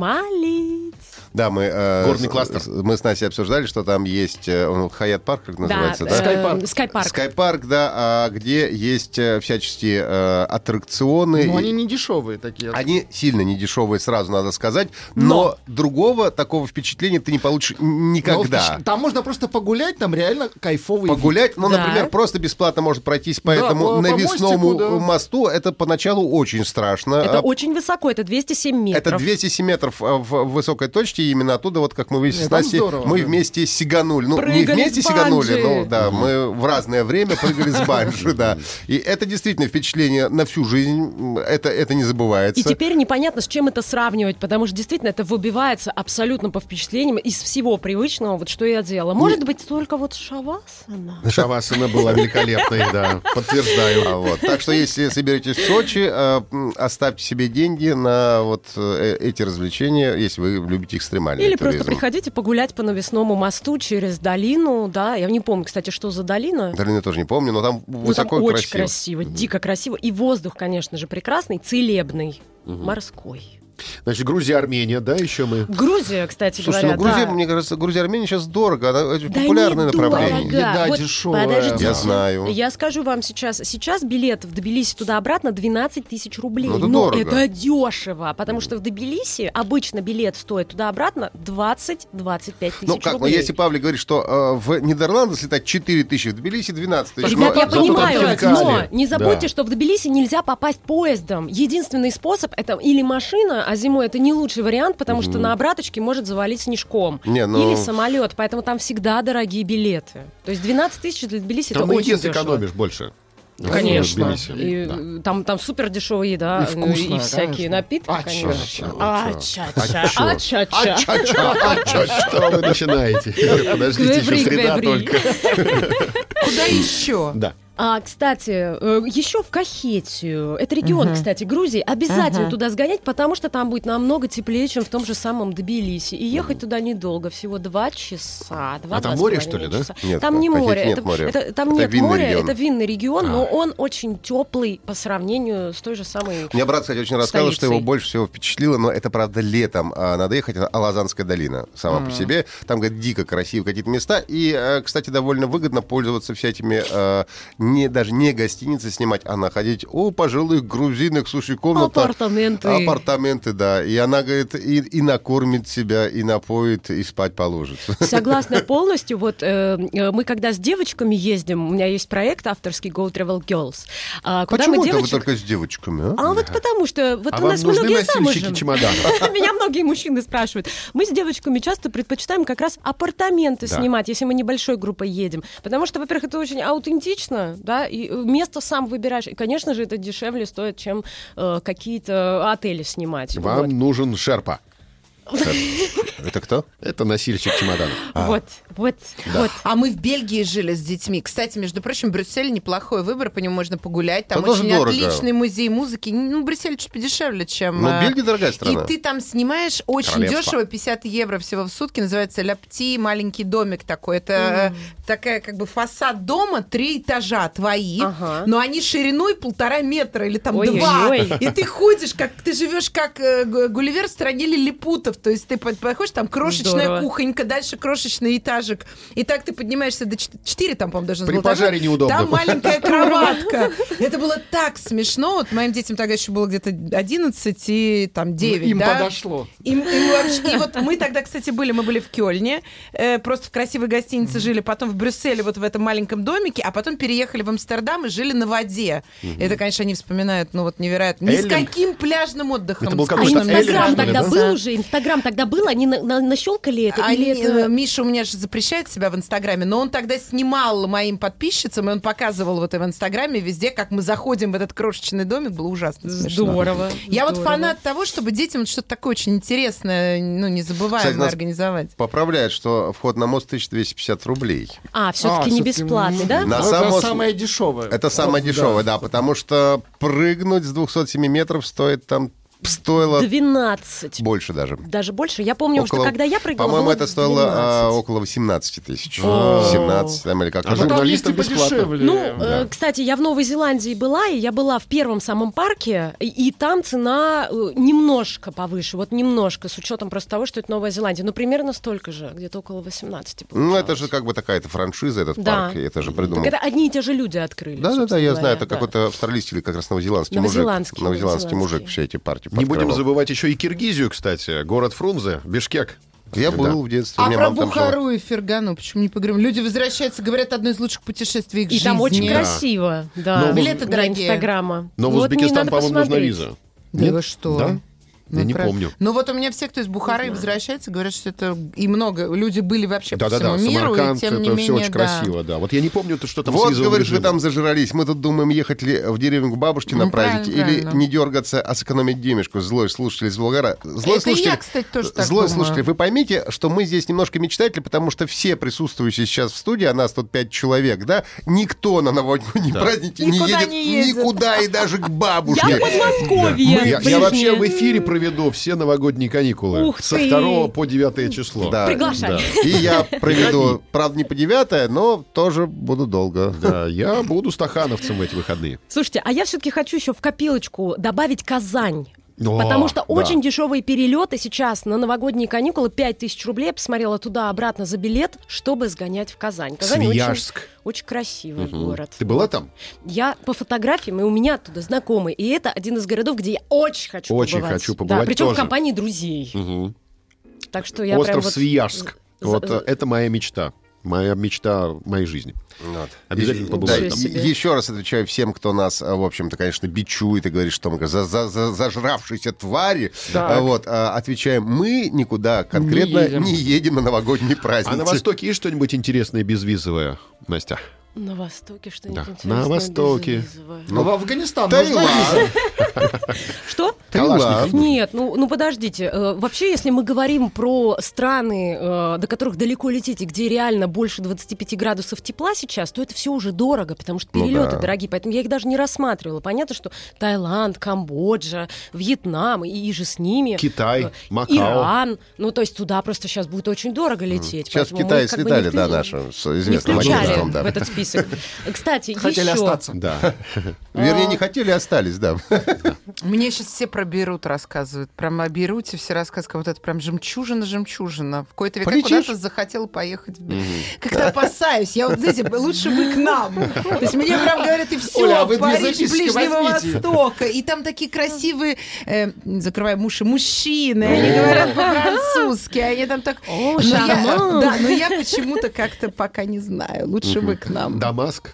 D: поэкстремалить.
B: Да, мы... э,
C: Горный
B: с-
C: кластер.
B: с- Мы с Настей обсуждали, что там есть э, он, Хаят Парк, как называется, да?
D: э, Скайпарк.
B: Скайпарк, да, а, где есть э, всяческие э, аттракционы. И-
F: Но
B: А
F: они не дешевые такие.
B: Они сильно недешевые, сразу надо сказать, но, другого такого впечатления ты не получишь н-
F: Но
B: никогда.
F: впечат- Там можно просто погулять, там реально кайфовый вид.
B: Погулять, ну,
D: Да.
B: например, просто бесплатно можно пройтись по
F: Да,
B: этому
F: по- по
B: навесному
F: мостику, да.
B: мосту. Это поначалу очень страшно.
D: Это
B: А,
D: очень высоко, это 207 метров.
B: это 207 метров а, в в высокой точке, и именно оттуда, вот как мы выяснили,
F: Нет,
B: с
F: там
B: Настей,
F: здорово,
B: мы
F: да.
B: вместе сиганули. Ну, не
D: Прыгали с
B: вместе
D: банджи.
B: сиганули, но да, мы в разное время прыгали с банджи, да. И это действительно впечатление на всю жизнь, это, это не забывается.
D: И теперь непонятно, с чем это сравнивать, потому что действительно это выбивается абсолютно по впечатлениям из всего привычного, вот что я делала. Может быть, только вот шавасана?
C: Шавасана была великолепной, да. Подтверждаю.
B: А вот. Так что если соберетесь в Сочи, э, м, оставьте себе деньги на вот э, эти развлечения, если вы любите экстремальный
D: Или
B: туризм.
D: просто приходите погулять по навесному мосту через долину, да, я не помню, кстати, что за долина.
B: Долину тоже не помню, но там
D: Ну,
B: высоко
D: там
B: и
D: очень
B: красиво.
D: красиво, дико красиво. И воздух, конечно же, прекрасный, целебный, морской.
C: Значит, Грузия, Армения, да, еще мы.
D: Грузия, кстати
B: Слушайте, ну
D: говоря,
B: Грузия,
D: да.
B: мне кажется, Грузия Армения сейчас дорого, она очень
D: Да
B: популярное
D: не
B: направление.
D: дорого.
F: Еда
D: Вот
F: дешевая.
D: подождите.
B: Я знаю.
D: Я скажу вам сейчас, сейчас билет в Тбилиси туда-обратно 12 тысяч рублей.
B: Ну, это
D: Но
B: дорого.
D: это дешево, потому что в Тбилиси обычно билет стоит туда-обратно 20-25 тысяч
B: Ну как, ну
D: рублей.
B: если Павлик говорит, что э, в Нидерланды слетать 4 тысячи, в Тбилиси 12 тысяч.
D: Ребят,
B: ну,
D: я
B: зато там
D: понимаю,
B: только
D: но
B: Азия.
D: не забудьте,
C: Да.
D: что в Тбилиси нельзя попасть поездом. Единственный способ это или машина, а зимой это не лучший вариант, потому что на обраточке может завалить снежком.
B: Не, ну-
D: Или самолет, поэтому там всегда дорогие билеты. То есть 12 тысяч для Тбилиси
C: Там
D: это
C: и
D: очень
C: ес
D: дешево.
C: Ну, экономишь больше. Ну,
D: Конечно.
C: В Тбилиси.
D: И, э, там, там супер дешевая еда
F: И
D: ну,
F: вкусно,
D: и всякие
F: конечно.
D: напитки,
F: А,
D: конечно.
F: чё,
D: Ача-ча. Ача-ча.
C: Что вы начинаете? Подождите, еще
D: Гвеври,
C: среда
D: гвеври.
C: только.
E: Куда еще?
C: Да.
D: А, кстати, э, еще в Кахетию, это регион, кстати, Грузии, обязательно туда сгонять, потому что там будет намного теплее, чем в том же самом Тбилиси. И ехать туда недолго, всего два часа. два,
C: А там
D: два с
C: море,
D: половиной
C: что ли, да?
D: часа.
B: Нет,
D: там
B: в
D: не
B: Кахете
D: море.
B: нет
D: это,
B: моря.
D: это- там
B: Это
D: нет
B: винный
D: моря,
B: регион. А.
D: это винный регион, но он очень теплый по сравнению с той же самой...
B: Мне брат, кстати, очень рассказывал, что его
D: Столицей.
B: больше всего впечатлило, но это, правда, летом а, надо ехать, это Алазанская долина сама по себе. Там, говорит, дико красивые какие-то места. И, э, кстати, довольно выгодно пользоваться всякими э, не, даже не гостиницы снимать, а находить, о, пожилых грузинок, слушай, комната.
D: Апартаменты.
B: Апартаменты, да. И она, говорит, и, и накормит себя, и напоит, и спать положит.
D: Согласна полностью. Вот э, э, мы когда с девочками ездим, у меня есть проект авторский Go Travel Girls. а, куда
B: Почему
D: мы
B: это вы
D: девочек...
B: только с девочками, а?
D: А вот потому что вот
C: А
D: у
C: вам
D: нас
C: нужны
D: многие
C: носильщики
D: замужем.
C: чемоданов?
D: Меня многие мужчины спрашивают. Мы с девочками часто предпочитаем как раз апартаменты
C: Да.
D: снимать, если мы небольшой группой едем. Потому что, во-первых, это очень аутентично, да, и э, место сам выбираешь. И, конечно же, это дешевле стоит, чем э, какие-то отели снимать.
C: Вам
D: Вот.
C: нужен шерпа.
B: Это кто?
C: Это носильщик чемоданов.
D: Вот, вот, вот.
E: А мы в Бельгии жили с детьми. Кстати, между прочим, Брюссель неплохой выбор, по нему можно погулять. Там
B: Да тоже
E: очень
B: дорого.
E: отличный музей музыки. Ну, Брюссель чуть подешевле, чем...
B: Ну,
E: э,
B: Бельгия дорогая страна.
E: И ты там снимаешь очень
C: Королевство.
E: дешево, 50 евро всего в сутки. Называется Ляпти, маленький домик такой. Это э, такая как бы фасад дома, три этажа твои,
D: Ага.
E: но они шириной полтора метра или там два.
D: Ой-ой-ой.
E: И ты ходишь, как ты живешь как э, Гу- Гулливер в стране лилипутов. То есть ты под- подходишь, там крошечная
D: Здорово.
E: кухонька, дальше крошечный этажик. И так ты поднимаешься до 4, там, по-моему, даже
C: При
E: было
C: пожаре
E: этажа.
C: неудобно.
E: Там маленькая кроватка. Это было так смешно. Вот моим детям тогда еще было где-то 11 и там 9,
F: Им
E: да?
F: подошло.
E: Им- им вообще- и вот мы тогда, кстати, были, мы были в Кёльне, э, просто в красивой гостинице жили, потом в Брюсселе, вот в этом маленьком домике, а потом переехали в Амстердам и жили на воде. Это, конечно, они вспоминают, ну вот невероятно. Ни с
C: Эллинг.
E: каким пляжным отдыхом.
C: Это был
E: с
D: А
C: какой-то
E: пляжным
C: Эллинг,
D: Инстаграм
C: что
E: отдыхом.
C: ли,
D: тогда
C: да?
D: был уже? Инстаграм тогда был? Они на- на- нащелкали это?
E: Они-
D: Или
E: э,
D: это...
E: Миша у меня же запрещает себя в Инстаграме, но он тогда снимал моим подписчицам, и он показывал вот и в Инстаграме везде, как мы заходим в этот крошечный домик, было ужасно смешно.
D: Здорово.
E: Я вот
D: здорово.
E: фанат того, чтобы детям вот что-то такое очень интересное, ну,
B: Кстати,
E: незабываемое
B: нас-
E: организовать.
B: Поправляет, что вход на мост 1250 рублей.
D: А, все-таки
F: А,
D: не
F: всё-таки,
D: бесплатный,
F: м,
D: да?
B: На
F: это
B: самом-
F: самое дешевое.
B: Это самое
F: Вот,
B: дешевое, да, потому что прыгнуть с 207 метров стоит там стоило
D: 12.
B: больше даже.
D: Даже больше. Я помню, что
B: Около-
D: когда я прыгала,
B: По-моему,
D: было
B: это стоило
D: 12.
B: а, около 18 тысяч.
D: О.
B: 17, там, или как-то
C: А
B: так.
F: Ну, там есть и
C: журналистам бесплатно.
F: подешевле.
D: Ну, э, кстати, я в Новой Зеландии была, и я была в первом самом парке, и, и там цена э, немножко повыше, вот немножко, с учетом просто того, что это Новая Зеландия. Ну, примерно столько же, где-то около 18.
B: Ну,
D: получалось.
B: это же как бы такая-то франшиза, этот
D: Да.
B: парк, и это же придумал.
D: Так это одни и те же люди открыли.
B: Да-да-да,
D: собственно
B: я
D: говоря,
B: знаю, это
D: да.
B: какой-то австралийский или как раз новозеландский,
D: Новозеландский,
B: мужик. Новозеландский мужик
D: новозеландский.
B: все эти партии
C: Не будем
B: подкрывал.
C: забывать еще и Киргизию, кстати. Город Фрунзе, Бишкек.
B: Я
C: Да.
B: был в детстве, у
E: А
B: меня
E: про
B: мама там жила.
E: Бухару и Фергану почему не поговорим? Люди возвращаются, говорят, одно из лучших путешествий их
D: И там очень
E: жизни.
C: Да.
D: красиво, да.
C: Но в-
E: Билеты
D: Для
E: дорогие.
D: Инстаграма.
C: Но в
D: Вот мне
C: Узбекистан,
D: надо
C: по-моему, нужна
D: посмотреть.
C: виза.
E: Да
C: Нет?
E: вы что?
C: Да?
E: Ну,
C: Я не
E: правда.
C: помню.
E: Ну вот у меня все, кто из Бухары возвращается, говорят, что это и много. Люди были вообще по
C: Да-да-да,
E: всему миру, и
C: Самарканд,
E: тем не
C: это
E: менее,
C: все очень
E: да.
C: красиво, да. Вот я не помню, то, что там с
B: Вот,
C: визовым
B: говоришь, вы
C: режимом.
B: там зажрались. Мы тут думаем, ехать ли в деревню к бабушке на
E: Ну, правильно,
B: праздники или
E: правильно.
B: не дергаться, а сэкономить денежку. Злой слушатель из Болгара. Злой
E: Это
B: слушатель,
E: я, кстати, тоже так
B: Злой
E: думаю.
B: слушатель, вы поймите, что мы здесь немножко мечтатели, потому что все присутствующие сейчас в студии, а нас тут пять человек, да, никто на новогодние праздники не
E: Никуда
B: едет,
E: не ездит.
B: никуда и даже к бабушке.
D: Я в Подмосковье.
C: Я, я
D: ближнее.
C: вообще в эфире проведу все новогодние каникулы.
D: Ух
C: со
D: ты!
C: 2 по 9 число.
B: Да,
D: Приглашай.
B: да. И я проведу, правда, не по девятое, но тоже буду долго.
C: Да, я буду стахановцем в эти выходные.
D: Слушайте, а я все-таки хочу еще в копилочку добавить Казань.
C: О,
D: Потому что
C: да.
D: очень дешевые перелеты сейчас на новогодние каникулы 5000 рублей. Я посмотрела туда-обратно за билет, чтобы сгонять в Казань. Казань
C: Свияжск.
D: Очень, очень красивый
C: Мгм.
D: город.
C: Ты была там?
D: Я по фотографиям, и у меня оттуда знакомый. И это один из городов, где я очень хочу
C: Очень
D: побывать.
C: хочу побывать
D: Да, причем
C: тоже.
D: в компании друзей. Так что я прям
C: Остров
D: вот-
C: Свияжск.
D: за-
C: Вот э, это моя мечта. Моя мечта моей жизни. Обязательно
B: Да,
C: побываю
D: Ничего
C: там.
D: себе.
B: еще раз отвечаю всем, кто нас, а, в общем-то, конечно, бичует и говорит, что мы за, за- за- зажравшиеся твари.
F: Так.
B: А Вот, а, отвечаем, мы никуда конкретно не
F: Не
B: едем,
F: едем.
B: на новогодние праздники.
C: А на Востоке есть что-нибудь интересное безвизовое, Настя?
D: На Востоке что-нибудь
C: Да.
D: интересное.
C: На Востоке.
D: безвизовое.
F: Ну, в Афганистан нужна виза?
B: Таиланд,
D: Что?
B: Таиланд.
D: Нет, ну, ну подождите. Э, Вообще, если мы говорим про страны, э, до которых далеко лететь, и где реально больше 25 градусов тепла сейчас, то это все уже дорого, потому что
B: Ну
D: перелеты
B: да.
D: дорогие, поэтому я их даже не рассматривала. Понятно, что Таиланд, Камбоджа, Вьетнам и, и же с ними.
C: Китай,
D: Э,
C: Макао.
D: Иран. Ну, то есть туда просто сейчас будет очень дорого лететь.
B: Сейчас в
D: поэтому мы
B: Китае
D: их Ну, как бы
B: слетали,
D: не
B: да,
D: вклю-
B: наши, с
D: Не
B: известным
D: включали
B: агентством,
D: в
B: да.
D: этот список. Кстати,
F: Хотели
D: еще...
F: остаться.
C: Да.
B: Вернее, не хотели, а остались, да.
E: Мне сейчас все про про Берут рассказывают. Прям о Беруте все рассказывают. Вот это прям жемчужина-жемчужина. В какой-то век я
B: Полетишь?
E: куда-то захотела поехать. в Бе- Как-то опасаюсь. Я вот, знаете, лучше бы к нам. То есть мне прям говорят, и все,
F: Оля, а вы две
E: Париж
F: записки
E: Ближнего
F: возьмите.
E: Востока. И там такие красивые, э, закрывая муши, мужчины. Они говорят по-французски. Они там так...
D: О,
E: Но я-
D: шармант.
E: Да, но я почему-то как-то пока не знаю. Лучше бы к нам.
C: Дамаск?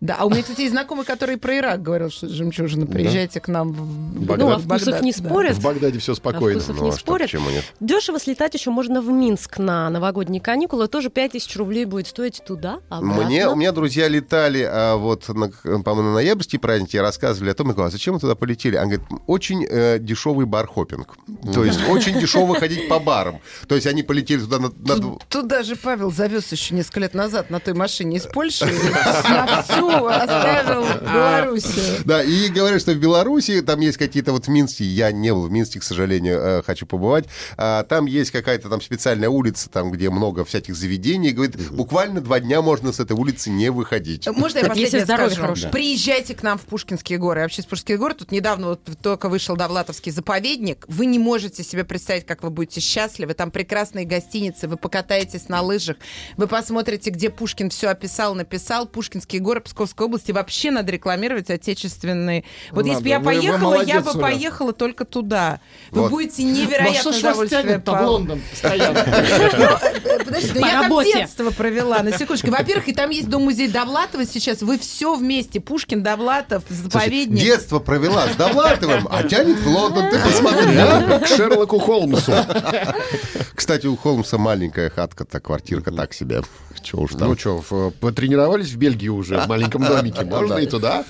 E: Да, а у меня, кстати, есть знакомый, который про Ирак говорил, что жемчужина, приезжайте к нам в
C: Багдад.
D: Ну, о
E: в
D: вкусах
E: Багдад,
D: не
E: да.
D: спорят.
C: В Багдаде все спокойно.
D: О вкусах
C: Ну,
D: не
C: а что,
D: спорят.
C: почему нет?
D: Дешево слетать еще можно в Минск на новогодние каникулы. Тоже 5000 рублей будет стоить туда, обратно.
B: Мне, у меня друзья летали, а, вот, на, к- по-моему, на ноябрьские праздники рассказывали о том, я говорю, а зачем вы туда полетели? Она говорит, очень э, дешевый бархопинг. То есть очень дешево ходить по барам. То есть они полетели туда на... на дв-
E: Тут, тут даже Павел завез еще несколько лет назад на той машине из Польши А, и на всю оставил Белоруссию.
B: Да, и говорят, что в Беларуси там есть какие-то вот в Минске, я не был в Минске, к сожалению, э, хочу побывать, а, там есть какая-то там специальная улица, там, где много всяких заведений, говорит, буквально два дня можно с этой улицы не выходить.
E: Э, Можно я
D: Если
E: последнее
D: здоровье
E: скажу?
D: хорошее.
E: Приезжайте к нам в Пушкинские горы. Я Вообще из Пушкинских гор тут недавно вот только вышел Довлатовский заповедник. Вы не можете себе представить, как вы будете счастливы. Там прекрасные гостиницы, вы покатаетесь на лыжах, вы посмотрите, где Пушкин все описал, написал. Пушкинские горы Псковской области. Вообще надо рекламировать отечественные. Вот
F: Надо.
E: если бы я
F: Вы- вы
E: поехала, я
F: молодец,
E: бы
F: Оля.
E: поехала только туда. Вы
B: Вот.
E: будете
F: Ну
E: невероятно
F: что ж вас
E: довольствовать,
F: тянет-то в
E: Павел.
F: Лондон постоянно?
E: Э, Подожди, ну
D: По
E: я
D: работе.
E: там детство провела, на секундочку. Во-первых, и там есть дом-музей Довлатова сейчас, вы все вместе, Пушкин, Довлатов,
B: Слушай,
E: заповедник.
B: детство провела с Довлатовым, а тянет в Лондон, ты посмотри, а?
C: К Шерлоку Холмсу.
B: Кстати, у Холмса маленькая хатка-то, квартирка так себе. Чего уж там.
C: Ну что, потренировались в Бельгии уже, в маленьком домике. Можно и туда.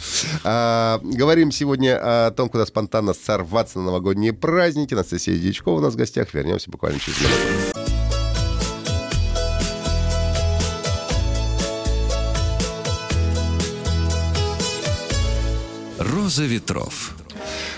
B: А, говорим сегодня о том, куда спонтанно сорваться на новогодние праздники. Анастасия Дьячкова у нас в гостях. Вернемся буквально через минуту.
A: «Роза ветров».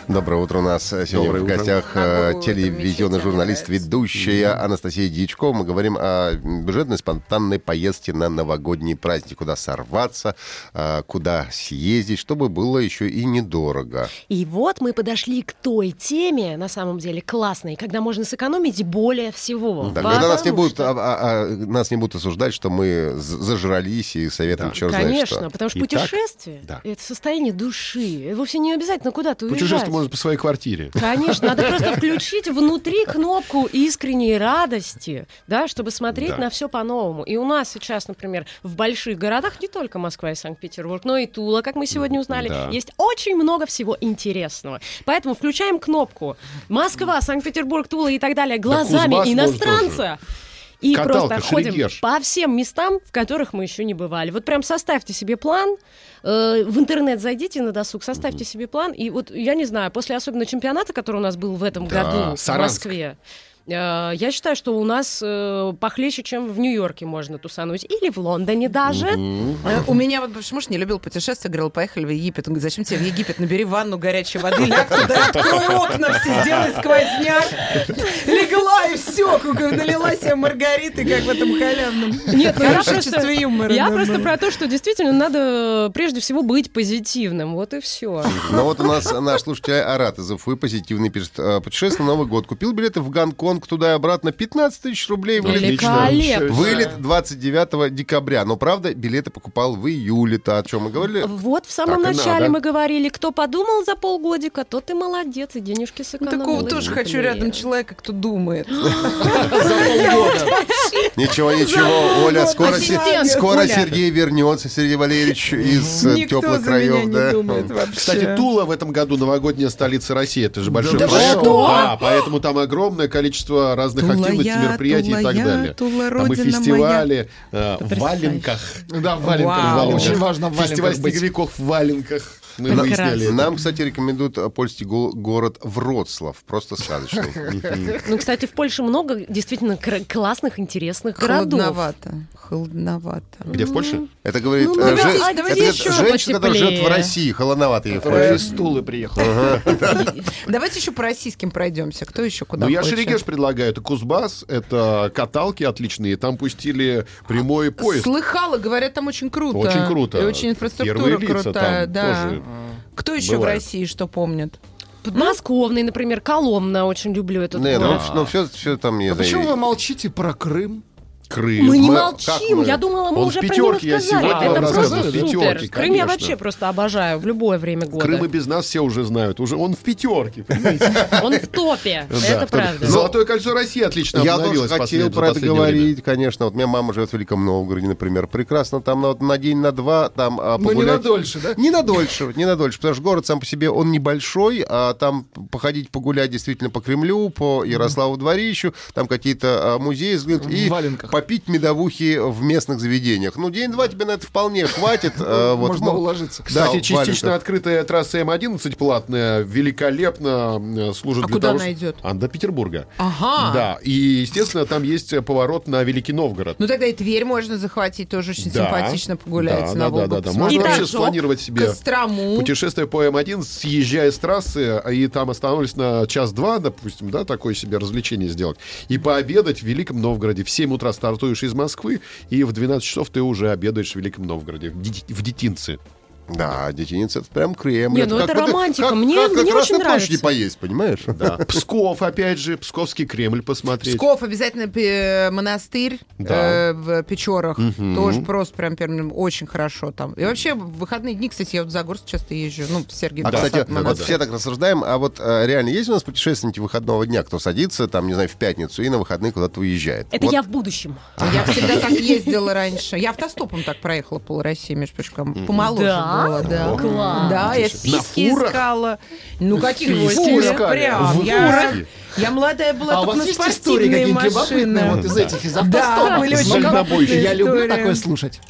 B: Доброе утро. У нас сегодня
C: Доброе
B: в
C: утро.
B: гостях э,
E: Какое утро,
B: телевизионный
E: замечательное.
B: журналист, ведущая Анастасия Дьячкова. Мы говорим о бюджетной спонтанной поездке на новогодний праздник. Куда сорваться, э, куда съездить, чтобы было еще и недорого.
D: И вот мы подошли к той теме, на самом деле классной, когда можно сэкономить более всего.
B: Да, когда нас не,
D: Потому
B: будут,
D: что-
B: а- а- а, нас не будут осуждать, что мы з- зажрались и советуем
C: Да.
B: черт знает
D: Конечно,
B: что.
D: потому что
C: И так,
D: путешествие
C: да.
D: это состояние души. И Вовсе не обязательно куда-то уезжать.
C: Путешествовать можно по своей квартире.
D: Конечно, надо просто включить внутри кнопку искренней радости, да, чтобы смотреть
C: Да.
D: на все по-новому. И у нас сейчас, например, в больших городах, не только Москва и Санкт-Петербург, но и Тула, как мы сегодня узнали,
C: Да.
D: есть очень много всего интересного. Поэтому включаем кнопку Москва, Санкт-Петербург, Тула и так далее глазами
C: Кузбасс, может,
D: иностранца. И
C: Каталка,
D: просто ходим
C: Шерегеш.
D: по всем местам, в которых мы еще не бывали. Вот прям составьте себе план, э, в интернет зайдите на досуг, составьте себе план. И вот, я не знаю, после особенно чемпионата, который у нас был в этом
C: Да,
D: году
C: Саранск.
D: в Москве, э, я считаю, что у нас э, похлеще, чем в Нью-Йорке можно тусануть. Или в Лондоне даже.
E: Э, У меня вот бывший муж не любил путешествия, говорил, поехали в Египет. Он говорит, зачем тебе в Египет? Набери ванну горячей воды, ляг туда, открой окна все, сделай сквозняк. Легла и все, налила себе маргариты, как в этом халявном.
D: Нет, ну я
E: Хорошее
D: просто-
E: чувство юмора,
D: Я
E: да,
D: просто
E: да.
D: про то, что действительно надо э, прежде всего быть позитивным. Вот и все.
B: Ну вот у нас наш слушатель Арат из Уфы позитивный пишет. «Э, Путешествие на Новый год. Купил билеты в Гонконг туда и обратно. 15 тысяч рублей. Вылет,
D: Великолепно.
B: вылет 29 декабря. Но, правда, билеты покупал в июле-то, о чем мы говорили.
D: Вот в самом
C: Так и
D: начале
C: надо.
D: мы говорили, кто подумал за полгодика, тот и молодец, и денежки сэкономил.
E: Ну, Такого тоже хочу рядом
D: человека.
E: человека, кто думает.
B: Ничего, ничего, Оля, скоро, се-
E: Ассистент,
B: скоро
E: Оля.
B: Сергей вернется, Сергей Валерьевич из э,
E: Никто
B: теплых
E: за меня
B: краев.
E: не
B: да.
E: думает вообще.
C: Кстати, Тула в этом году новогодняя столица России. Это же большой
E: Да вы
C: проект.
E: что?
C: Да, поэтому там огромное количество разных
E: Тула
C: активностей,
E: я,
C: мероприятий и
E: Тула
C: так
E: я,
C: далее.
E: Тула,
C: там и
E: родина
C: фестивали э, в валенках.
F: Да,
E: Вау.
F: в валенках. Валенках.
C: Валенках.
F: Очень важно в
C: Фестиваль
F: валенках быть.
C: снеговиков в валенках. Мы
D: Прекрасно.
C: выясняли это.
B: Нам, кстати, рекомендуют э, польский го- город Вроцлав. Просто сказочный.
D: Ну, кстати, в Польше много действительно кра- классных, интересных городов.
E: Холодновато. Холодновато.
C: Где, в Польше?
E: М-м.
B: Это говорит
D: Ну,
B: э,
D: давайте-
B: жен-
D: давайте
B: это говорит
D: еще
B: женщина, которая
D: потеплее.
B: живет в России. Холодновато ей в
F: Которая
C: Э,
B: Польше.
F: из Тулы приехал.
E: Давайте еще по российским пройдемся. Кто еще куда
C: Ну, я
E: хочет?
C: Шерегеш предлагаю. Это Кузбасс, это каталки отличные. Там пустили прямой поезд.
E: Слыхала, говорят, там очень круто.
C: Очень круто.
E: И очень инфраструктура
C: Первые лица
E: крутая,
C: там
E: да.
C: тоже
E: Кто еще
C: бывают.
E: в России что помнит?
D: подмосковный, например, Коломна, очень люблю этот
B: Не, ну,
D: город.
B: ну все, все там не
F: А почему вы молчите про Крым?
E: Ну,
C: Крым.
D: Мы не
B: мы- как
D: молчим,
B: мы-
D: я думала, мы
C: Он в
D: уже про него
C: пятерке, я
D: сказали.
C: сегодня
D: Это
F: вам
D: просто
F: рассказывал.
D: супер.
C: Пятерки,
D: Крым я
C: конечно.
D: вообще просто обожаю в любое время года.
C: Крым и без нас все уже знают. Уже он в пятерке.
D: Он в топе, это правда.
C: Золотое кольцо России отлично
B: Я тоже
C: обновилось.
B: хотел
C: послед- за
B: про это
C: последнее время.
B: говорить, конечно. Вот у меня мама живет в Великом Новгороде, например. Прекрасно там ну, на, на день, на два там а,
F: Но не
B: погулять.
F: на дольше, да?
B: Не на дольше, не на дольше, потому что город сам по себе, он небольшой, а там походить, погулять действительно по Кремлю, по Ярославу дворищу, там какие-то а, музеи взглянуть
F: В
B: и
F: валенках.
B: попить медовухи в местных заведениях. Ну, день-два тебе на это вполне хватит. а, вот.
F: Можно
B: Ну,
F: уложиться.
B: Да,
C: Кстати,
B: в
C: частично
B: валенках.
C: открытая трасса М11 платная, великолепно э, служит
E: А
C: для
E: куда
C: того,
E: она
C: что-
E: идет?
C: А, до Петербурга.
E: Ага.
C: Да, и, естественно, там есть э, поворот на Великий Новгород.
E: Ну тогда и Тверь можно захватить, тоже очень
C: Да.
E: симпатично погулять
C: Да,
E: на
C: да, да,
E: Волгу.
C: да, да.
E: посмотреть.
C: Можно вообще
D: Итак,
C: спланировать себе
E: Кострому.
C: путешествие по М1, съезжая с трассы, а, и там остановились на час-два, допустим, да, такое себе развлечение сделать. И пообедать в Великом Новгороде. В 7 утра стартуешь из Москвы, и в 12 часов ты уже обедаешь в Великом Новгороде, в Ди- в Детинце.
B: Да, детиница, это прям Кремль.
D: Не, ну это
B: вот-
D: романтика,
B: как-
D: мне-
B: как на
D: мне
B: Красной
D: очень
B: площади
D: нравится.
B: поесть, понимаешь?
C: Да. Псков, опять же, Псковский Кремль посмотреть.
E: Псков обязательно пе- монастырь
C: Да.
E: э, в Печорах. Тоже просто прям, прям очень хорошо там. И вообще в выходные дни, кстати, я вот в Загорск часто езжу. Ну, в Сергей
B: А,
E: Посад,
B: кстати, вот
E: монастырь.
B: все так рассуждаем, а вот э, реально есть у нас путешественники выходного дня, кто садится, там, не знаю, в пятницу и на выходные куда-то уезжает?
D: Это
B: Вот
D: я в будущем.
E: Я всегда так ездила раньше. Я автостопом так проехала пол России, между прочим. Помоложе
D: Да?
E: была, да.
D: Класс.
E: Да, я
C: Ничего себе. На
E: списки
C: фурах?
E: искала. Ну, какие
F: Списки
E: фуры?
F: искали?
E: Прям.
F: В
E: Я,
F: фурах?
E: я молодая
F: А
E: была,
F: у
E: только
F: вас
E: на
F: есть истории
E: спортивные
F: какие-нибудь любопытные
E: машины.
F: вот из этих, из
E: Да,
F: автостопа?
E: были
C: С
E: очень
C: дальнобойщиками.
E: любопытные
F: Я люблю
E: истории.
F: такое слушать.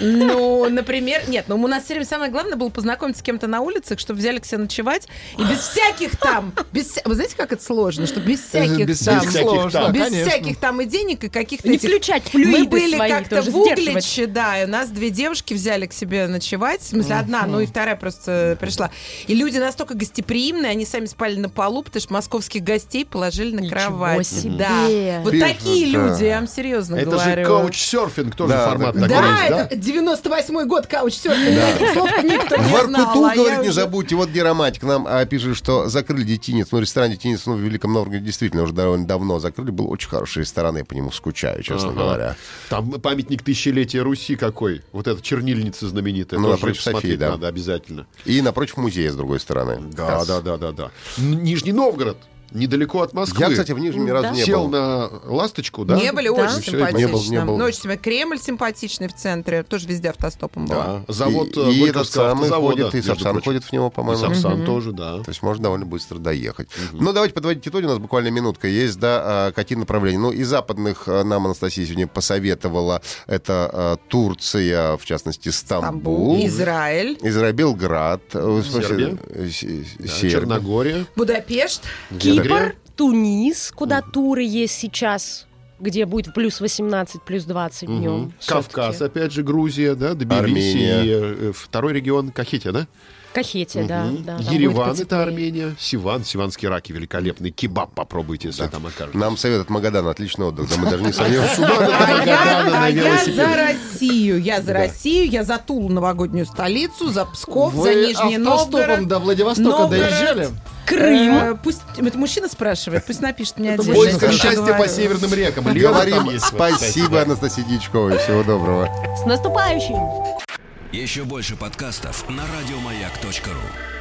E: Ну, например, нет, ну у нас все время самое главное было познакомиться с кем-то на улицах, чтобы взяли к себе ночевать. И без всяких там, без, вся- вы знаете, как это сложно, что без всяких
F: Э, Без
E: там,
F: всяких
C: всяких
F: сложно,
C: там.
E: без
F: конечно.
E: всяких там и денег, и каких-то
D: Не
E: этих-
D: включать
E: Мы
D: флюиды
E: были
D: свои
E: как-то
D: тоже,
E: в
D: сдерживать.
E: Угличе, да, и у нас две девушки взяли к себе ночевать, в смысле одна, ну и вторая просто пришла. И люди настолько гостеприимные, они сами спали на полу, потому что московских гостей положили на
D: Ничего
E: кровать.
D: себе.
E: Да. Вот
B: Ты же,
E: такие
B: да.
E: люди, я вам серьезно
C: Это же
E: говорю.
C: каучсерфинг, тоже
B: Да,
C: формат
B: да.
C: такой
E: Да,
C: есть, да?
E: это 98-й год каучсерфинг. Таких слов никто не
B: В Воркуту,
E: знал. а я
B: говорит, не
E: уже-
B: забудьте, вот где романтик. Нам а, пишет, что закрыли детинец. Ну, ресторан детинец ну, в Великом Новгороде действительно уже довольно давно закрыли. Был очень хороший ресторан, я по нему скучаю, честно
C: Ага.
B: говоря.
C: Там памятник тысячелетия Руси какой. Вот эта чернильница знаменитая.
B: Ну,
C: тоже
B: напротив Софии,
C: смотреть
B: да.
C: надо обязательно.
B: И напротив музея, с другой стороны.
C: Да, да, да, да, да. Н- Нижний Новгород, недалеко от Москвы.
B: Я, кстати, в Нижнем ни разу
D: Да.
B: не
C: сел
B: был.
C: на ласточку, да?
E: Не были
C: И
E: очень
C: всё, и поехал.
B: Не был, не
E: симпатичны.
B: был.
E: Ну, очень симпатичные. Кремль симпатичный в центре. Тоже везде автостопом была.
C: Да. Завод
B: и,
C: э,
B: и
C: Горьковского
B: этот самый
C: автозавода,
B: ходит, и
C: между
B: Сапсан
C: прочим.
B: ходит в него,
C: И
B: по-моему.
C: Сапсан тоже, да.
B: То есть можно довольно быстро доехать. Ну, давайте подводить итоги. У нас буквально минутка есть, да, а, какие направления. Ну, из западных а, нам Анастасия сегодня посоветовала. Это а, Турция, в частности, Стамбул.
E: Стамбул, Израиль,
B: Израиль, Белград. э, в смысле,
C: Сербия.
B: э, се-
C: Да,
B: Сербия.
C: Черногория.
E: Будапешт.
C: Венгрия.
D: Кипр, Тунис, куда туры есть сейчас, где будет плюс 18, плюс 20 днем.
C: Мгм. Кавказ, опять же, Грузия, да, Тбилиси.
B: Армения.
C: и, э, второй регион Кахетия, да?
D: Кахетия, да,
C: Мгм.
D: да. там будет
C: Ереван,
E: типа,
D: потеплее.
C: это Армения. Сиван, сиванские раки великолепный. Кебаб попробуйте, если там окажется.
B: Нам советует Магадан. Отличный отдых. Да мы даже не сомневаемся.
E: А
C: Магадана
E: я,
C: на
E: а я
C: велосипеде.
E: за Россию. Я за Россию, я за Тулу, новогоднюю столицу, за Псков, за
F: Вы
E: Нижний
F: автостопом
E: Новгород.
F: до Владивостока
E: Новгород.
F: доезжали?
E: Крым. пусть это мужчина спрашивает, пусть напишет мне отдельно.
C: Э. Поиск
E: если я
C: счастья по
E: говорю.
C: северным рекам. Лена там
B: Говорим
C: есть, вот, кстати,
B: спасибо Анастасии Дьячковой. Всего доброго.
D: С наступающим!
A: Еще больше подкастов на радиомаяк.ру.